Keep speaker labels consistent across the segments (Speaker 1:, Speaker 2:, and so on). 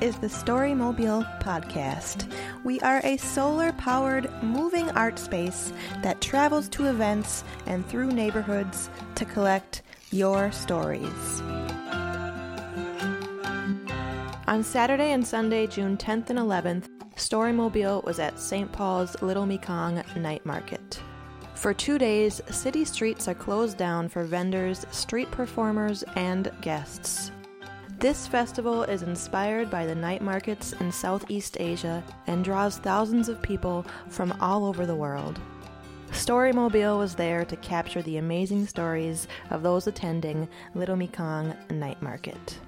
Speaker 1: is the Storymobile Podcast. We are a solar powered moving art space that travels to events and through neighborhoods to collect your stories. On Saturday and Sunday, June 10th and 11th, Storymobile was at St. Paul's Little Mekong Night Market. For two days, city streets are closed down for vendors, street performers, and guests. This festival is inspired by the night markets in Southeast Asia and draws thousands of people from all over the world. Storymobile was there to capture the amazing stories of those attending Little Mekong Night Market.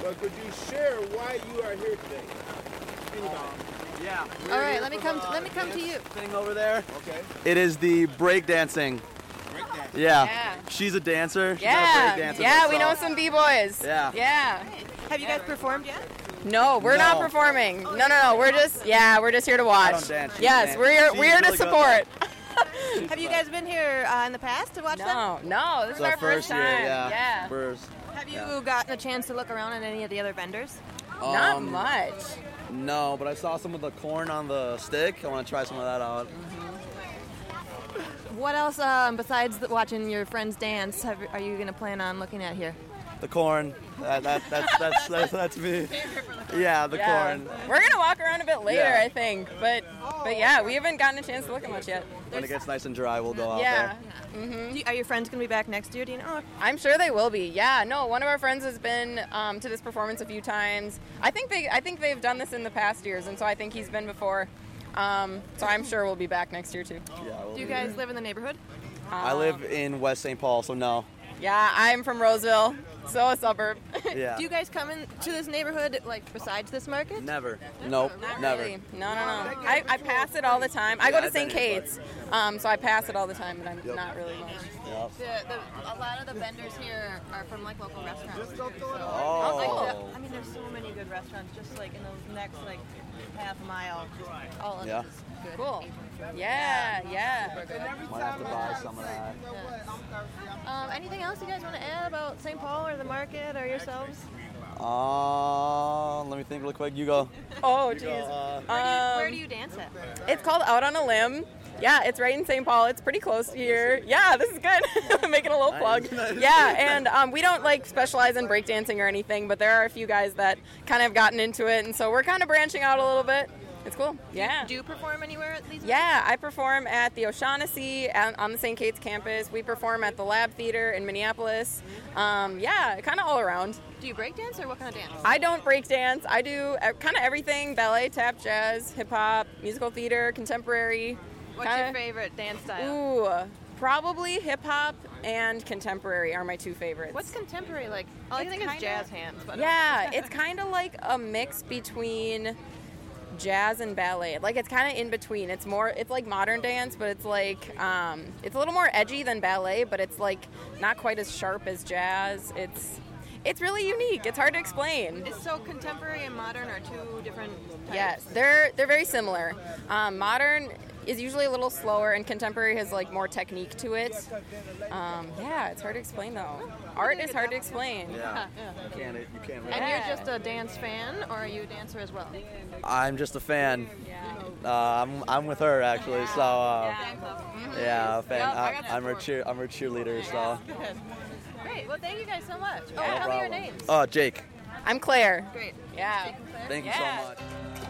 Speaker 2: Well, could you share why you are here today?
Speaker 3: Yeah.
Speaker 4: All right, let me come. let me come to you.
Speaker 3: Thing over there.
Speaker 2: Okay.
Speaker 3: It is the breakdancing.
Speaker 2: Breakdown.
Speaker 3: Yeah.
Speaker 4: Yeah.
Speaker 3: She's a dancer. She's not a
Speaker 4: Yeah,
Speaker 3: breakdancer
Speaker 4: yeah, we know
Speaker 3: herself.
Speaker 4: some b boys.
Speaker 3: Yeah.
Speaker 4: yeah.
Speaker 5: Have you guys performed yet?
Speaker 4: No, we're
Speaker 3: No.
Speaker 4: not performing. No, no, no. We're just yeah, we're just here to
Speaker 3: I
Speaker 4: watch.
Speaker 3: don't dance, she
Speaker 4: Yes,
Speaker 3: dances.
Speaker 4: we're here,
Speaker 3: She's
Speaker 4: we're here
Speaker 3: really
Speaker 4: to
Speaker 3: good.
Speaker 4: support.
Speaker 5: Have you guys been here uh, in the past to watch them?
Speaker 4: No, no, this
Speaker 3: It's
Speaker 4: is our first, time.
Speaker 3: year. Yeah.
Speaker 4: yeah.
Speaker 3: First.
Speaker 5: Have you gotten a chance to look around at any of the other vendors?
Speaker 4: not
Speaker 3: Um,
Speaker 4: much.
Speaker 3: No, but I saw some of the corn on the stick. I want to try some of that out.
Speaker 5: What else um, besides the, watching your friends dance have, are you going to plan on looking at here?
Speaker 3: The corn. That, that, that's, that's, that's, that's me. Yeah, the
Speaker 4: Yeah.
Speaker 3: corn.
Speaker 4: We're gonna walk around a bit later,
Speaker 3: Yeah.
Speaker 4: I think. But but yeah, we haven't gotten a chance to look at much yet.
Speaker 3: When it gets nice and dry, we'll go out
Speaker 4: Yeah.
Speaker 5: Do you- are your friends going to be back next year? Do you know?
Speaker 4: I'm sure they will be. Yeah, no. One of our friends has been um, to this performance a few times. I think they, I think they've done this in the past years, and so I think he's been before. Um, so I'm sure we'll be back next year too.
Speaker 3: there. Yeah, we'll
Speaker 5: Do you
Speaker 3: be there.
Speaker 5: guys live in the neighborhood?
Speaker 3: I live in West St. Paul, so no.
Speaker 4: Yeah, I'm from Roseville, so a suburb.
Speaker 3: Yeah.
Speaker 5: Do you guys come in to this neighborhood like besides this market?
Speaker 3: Never. Nope. Never.
Speaker 4: really. No, no, no. I, I pass it all the time. I
Speaker 3: Yeah,
Speaker 4: go to
Speaker 3: I've been
Speaker 4: St.
Speaker 3: here,
Speaker 4: Kate's, um, so I pass it all the time, but I'm not really much.
Speaker 3: Yep.
Speaker 5: a lot of the vendors here are from like local restaurants.
Speaker 3: Oh.
Speaker 5: I mean, there's so many good restaurants just like in the next like half mile. All of
Speaker 3: Yeah.
Speaker 5: it is good.
Speaker 4: Cool. Yeah, yeah.
Speaker 3: Might have to buy some of that.
Speaker 5: Um, anything else you guys want to add about St. Paul or the market or yourselves?
Speaker 3: Uh, let me think real quick. You go.
Speaker 4: Oh, jeez. Um,
Speaker 3: Uh,
Speaker 5: Where do you dance at?
Speaker 4: It's called Out on a Limb. Yeah, it's right in St. Paul. It's pretty close to here. Yeah, this is good. Making a little plug. Yeah, and um, we don't like specialize in breakdancing or anything, but there are a few guys that kind of have gotten into it, and so we're kind of branching out a little bit. It's cool. Yeah.
Speaker 5: Do you perform anywhere at these?
Speaker 4: Yeah, I perform at the O'Shaughnessy at, on the St. Kate's campus. We perform at the Lab Theater in Minneapolis. Um, yeah, kind of all around.
Speaker 5: Do you break dance or what kind of dance?
Speaker 4: I don't break dance. I do kind of everything: ballet, tap, jazz, hip hop, musical theater, contemporary.
Speaker 5: What's
Speaker 4: kinda-
Speaker 5: your favorite dance style?
Speaker 4: Ooh, probably hip hop and contemporary are my two favorites.
Speaker 5: What's contemporary like? All I
Speaker 4: It's
Speaker 5: think is
Speaker 4: kinda-
Speaker 5: jazz hands. But
Speaker 4: yeah, it's kind of like a mix between jazz and ballet. Like it's kind of in between. It's more it's like modern dance, but it's like um, it's a little more edgy than ballet, but it's like not quite as sharp as jazz. It's it's really unique. It's hard to explain.
Speaker 5: It's so contemporary and modern are two different. Types.
Speaker 4: Yes, they're they're very similar. Um, modern is usually a little slower, and contemporary has like more technique to it. Um, yeah, it's hard to explain though. Art is hard to explain.
Speaker 3: yeah. You can't. You can't. Really.
Speaker 5: And
Speaker 4: Yeah.
Speaker 5: you're just a dance fan, or are you a dancer as well?
Speaker 3: I'm just a fan. Uh, I'm, I'm with her actually. So uh, yeah, fan.
Speaker 4: Yep, I got
Speaker 3: I, am her cheer. I'm her cheerleader. So.
Speaker 5: Great. Well, thank you guys so much. Oh,
Speaker 3: No
Speaker 5: tell me your
Speaker 3: problem.
Speaker 5: names.
Speaker 3: Oh, Jake.
Speaker 4: I'm Claire.
Speaker 5: Great.
Speaker 4: Yeah.
Speaker 3: Thank you
Speaker 4: Yeah.
Speaker 3: so much.